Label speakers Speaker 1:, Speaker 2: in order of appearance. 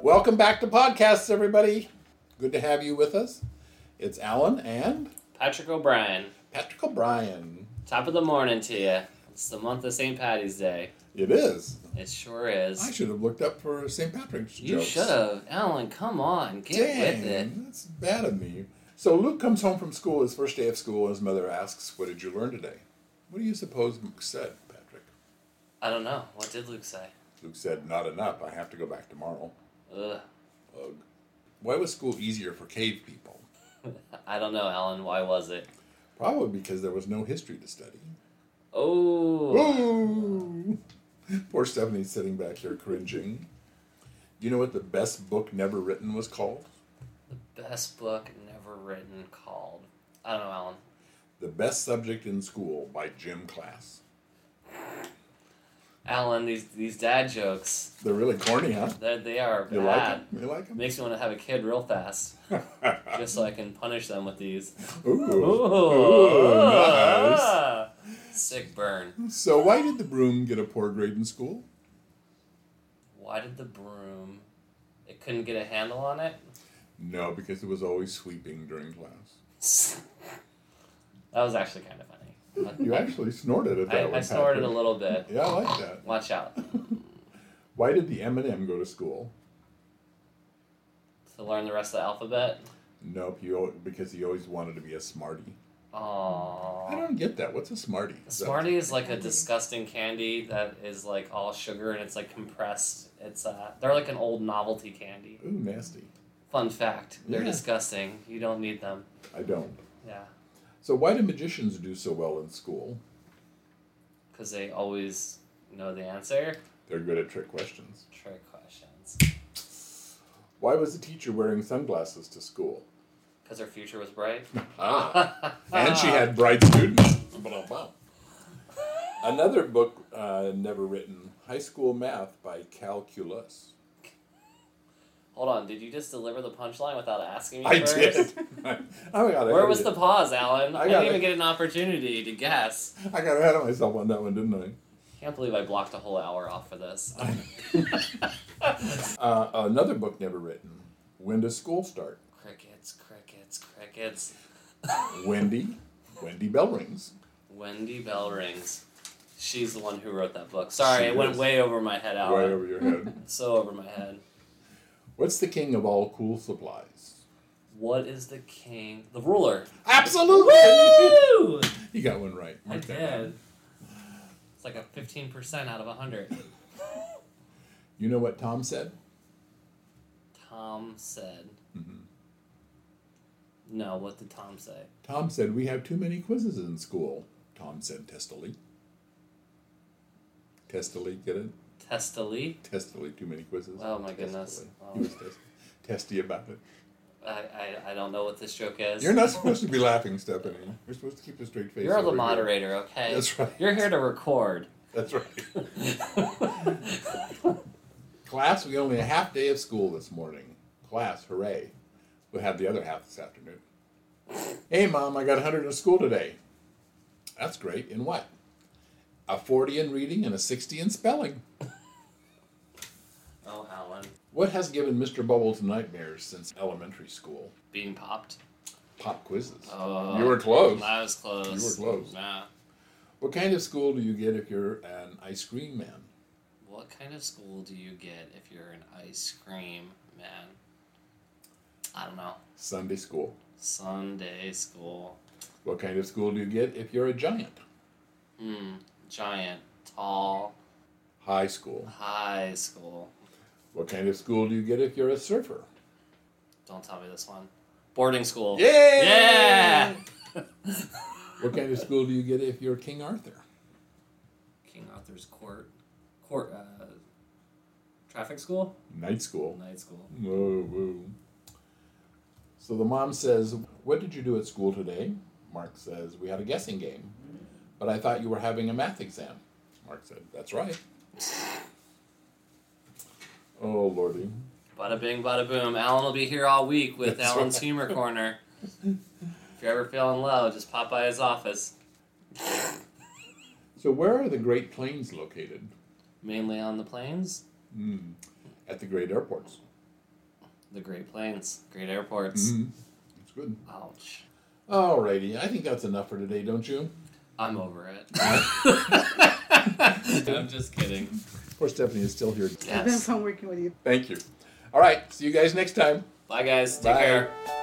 Speaker 1: Welcome back to podcasts, everybody. Good to have you with us. It's Alan and
Speaker 2: Patrick O'Brien,
Speaker 1: Patrick O'Brien.
Speaker 2: top of the morning to you. It's the month of St. Patty's Day.
Speaker 1: It is.
Speaker 2: It sure is.
Speaker 1: I should have looked up for St. Patrick's
Speaker 2: you
Speaker 1: jokes.
Speaker 2: should have. Alan, come on. Get
Speaker 1: Dang,
Speaker 2: with it.
Speaker 1: that's bad of me. So Luke comes home from school, his first day of school, and his mother asks, "What did you learn today?" What do you suppose Luke said, Patrick?
Speaker 2: I don't know. What did Luke say?
Speaker 1: Luke said, "Not enough. I have to go back tomorrow."
Speaker 2: Ugh.
Speaker 1: Ugh. Why was school easier for cave people?
Speaker 2: I don't know, Alan. Why was it?
Speaker 1: Probably because there was no history to study.
Speaker 2: Oh.
Speaker 1: Ooh. Poor Stephanie's sitting back here cringing. Do you know what the best book never written was called?
Speaker 2: Best book never written called. I don't know, Alan.
Speaker 1: The Best Subject in School by Jim Class.
Speaker 2: Alan, these these dad jokes,
Speaker 1: They're really corny, huh?
Speaker 2: they're, they are
Speaker 1: You like
Speaker 2: bad.
Speaker 1: 'em? You like 'em?
Speaker 2: Makes me want to have a kid real fast, just so I can punish them with these.
Speaker 1: Ooh.
Speaker 2: Ooh,
Speaker 1: nice.
Speaker 2: Sick burn.
Speaker 1: So why did the broom get a poor grade in school?
Speaker 2: Why did the broom? It couldn't get a handle on it.
Speaker 1: No, because it was always sweeping during class.
Speaker 2: That was actually kind of funny.
Speaker 1: You actually snorted at
Speaker 2: I,
Speaker 1: that
Speaker 2: I,
Speaker 1: one.
Speaker 2: I snorted a
Speaker 1: Patrick.
Speaker 2: little bit.
Speaker 1: Yeah, I like that.
Speaker 2: Watch out
Speaker 1: Why did the M&M go to school?
Speaker 2: to learn the rest of the alphabet.
Speaker 1: Nope, he, al- because he always wanted to be a smarty. I
Speaker 2: Aww.
Speaker 1: don't get that. What's a smarty? Is that-
Speaker 2: Smartie is like a disgusting candy that is like all sugar and it's like compressed. It's uh, they're like an old novelty candy.
Speaker 1: Ooh, nasty.
Speaker 2: Fun fact: they're
Speaker 1: Yeah.
Speaker 2: disgusting. You don't need them.
Speaker 1: I don't.
Speaker 2: Yeah,
Speaker 1: So why do magicians do so well in school?
Speaker 2: because they always know the answer.
Speaker 1: They're good at trick questions.
Speaker 2: Trick questions.
Speaker 1: Why was the teacher wearing sunglasses to school?
Speaker 2: Because her future was bright.
Speaker 1: Ah, and she had bright students. Ba-dum-bum. Another book uh, never written, High School Math by Calculus.
Speaker 2: Hold on, did you just deliver the punchline without asking me
Speaker 1: I
Speaker 2: first?
Speaker 1: did. oh my god! I
Speaker 2: Where
Speaker 1: gotta
Speaker 2: was
Speaker 1: get-
Speaker 2: the pause, Alan?
Speaker 1: I
Speaker 2: I,
Speaker 1: got
Speaker 2: didn't even
Speaker 1: it.
Speaker 2: get an opportunity to guess.
Speaker 1: I got ahead of myself on that one, didn't
Speaker 2: Can't believe I blocked a whole hour off for this.
Speaker 1: I? uh, another book never written. When does school start?
Speaker 2: crickets, crickets, crickets.
Speaker 1: Wendy. Wendy bell rings.
Speaker 2: Wendy Bell rings. She's the one who wrote that book. Sorry,
Speaker 1: She
Speaker 2: it went
Speaker 1: is.
Speaker 2: way over my head, Alan.
Speaker 1: Right over your head.
Speaker 2: So over my head.
Speaker 1: What's the king of all cool supplies?
Speaker 2: What is the king? The ruler.
Speaker 1: Absolutely.
Speaker 2: Woo!
Speaker 1: You got one right.
Speaker 2: I
Speaker 1: Mark that down.
Speaker 2: did. It's like a 15% out of 100.
Speaker 1: You know what Tom said?
Speaker 2: Tom said.
Speaker 1: Mm-hmm.
Speaker 2: No, what did Tom say?
Speaker 1: Tom said we have too many quizzes in school. Tom said testily. Testily, get it?
Speaker 2: Testily?
Speaker 1: Testily, too many quizzes.
Speaker 2: Oh my goodness.
Speaker 1: Testily.
Speaker 2: Wow.
Speaker 1: He was test- testy about it.
Speaker 2: I, I, I don't know what this joke is.
Speaker 1: You're not supposed to be laughing, Stephanie. You're supposed to keep a straight face.
Speaker 2: You're
Speaker 1: over
Speaker 2: the
Speaker 1: here.
Speaker 2: moderator, okay?
Speaker 1: That's right.
Speaker 2: You're here to record. Oh,
Speaker 1: That's right. Class, we only a half day of school this morning. Class, hooray. We'll have the other half this afternoon. Hey, Mom, I got 100 in school today. That's great. In what? A 40 in reading and a 60 in spelling.
Speaker 2: oh, Alan.
Speaker 1: What has given Mr. Bubbles nightmares since elementary school?
Speaker 2: Being popped.
Speaker 1: Pop quizzes.
Speaker 2: Oh.
Speaker 1: you were close.
Speaker 2: I was close.
Speaker 1: You were close.
Speaker 2: Nah.
Speaker 1: What kind of school do you get if you're an ice cream man?
Speaker 2: What kind of school do you get if you're an ice cream man? I don't know.
Speaker 1: Sunday school.
Speaker 2: Sunday school.
Speaker 1: What kind of school do you get if you're a giant?
Speaker 2: Hmm. Giant. Tall.
Speaker 1: High school.
Speaker 2: High school.
Speaker 1: What kind of school do you get if you're a surfer?
Speaker 2: Don't tell me this one. Boarding school.
Speaker 1: Yeah!
Speaker 2: Yeah!
Speaker 1: What kind of school do you get if you're King Arthur?
Speaker 2: King Arthur's Court. Court. Uh, traffic school?
Speaker 1: Night school.
Speaker 2: Night school.
Speaker 1: Whoa, whoa. So the mom says, What did you do at school today? Mark says, We had a guessing game. But I thought you were having a math exam. Mark said, That's right. Oh, Lordy.
Speaker 2: Bada bing, bada boom. Alan will be here all week with
Speaker 1: That's
Speaker 2: Alan's
Speaker 1: right.
Speaker 2: Humor Corner. If you're ever feeling low, just pop by his office.
Speaker 1: So, where are the Great Plains located?
Speaker 2: Mainly on the plains.
Speaker 1: At the great airports.
Speaker 2: the Great Plains, great airports.
Speaker 1: Mhm. That's good.
Speaker 2: Ouch.
Speaker 1: Alrighty, I think that's enough for today, don't you?
Speaker 2: I'm over it. I'm just kidding.
Speaker 1: Poor Stephanie is still here.
Speaker 2: Yes.
Speaker 3: I've been fun working with you.
Speaker 1: Thank you. All right, see you guys next time.
Speaker 2: Bye, guys. Take
Speaker 1: Bye.
Speaker 2: care.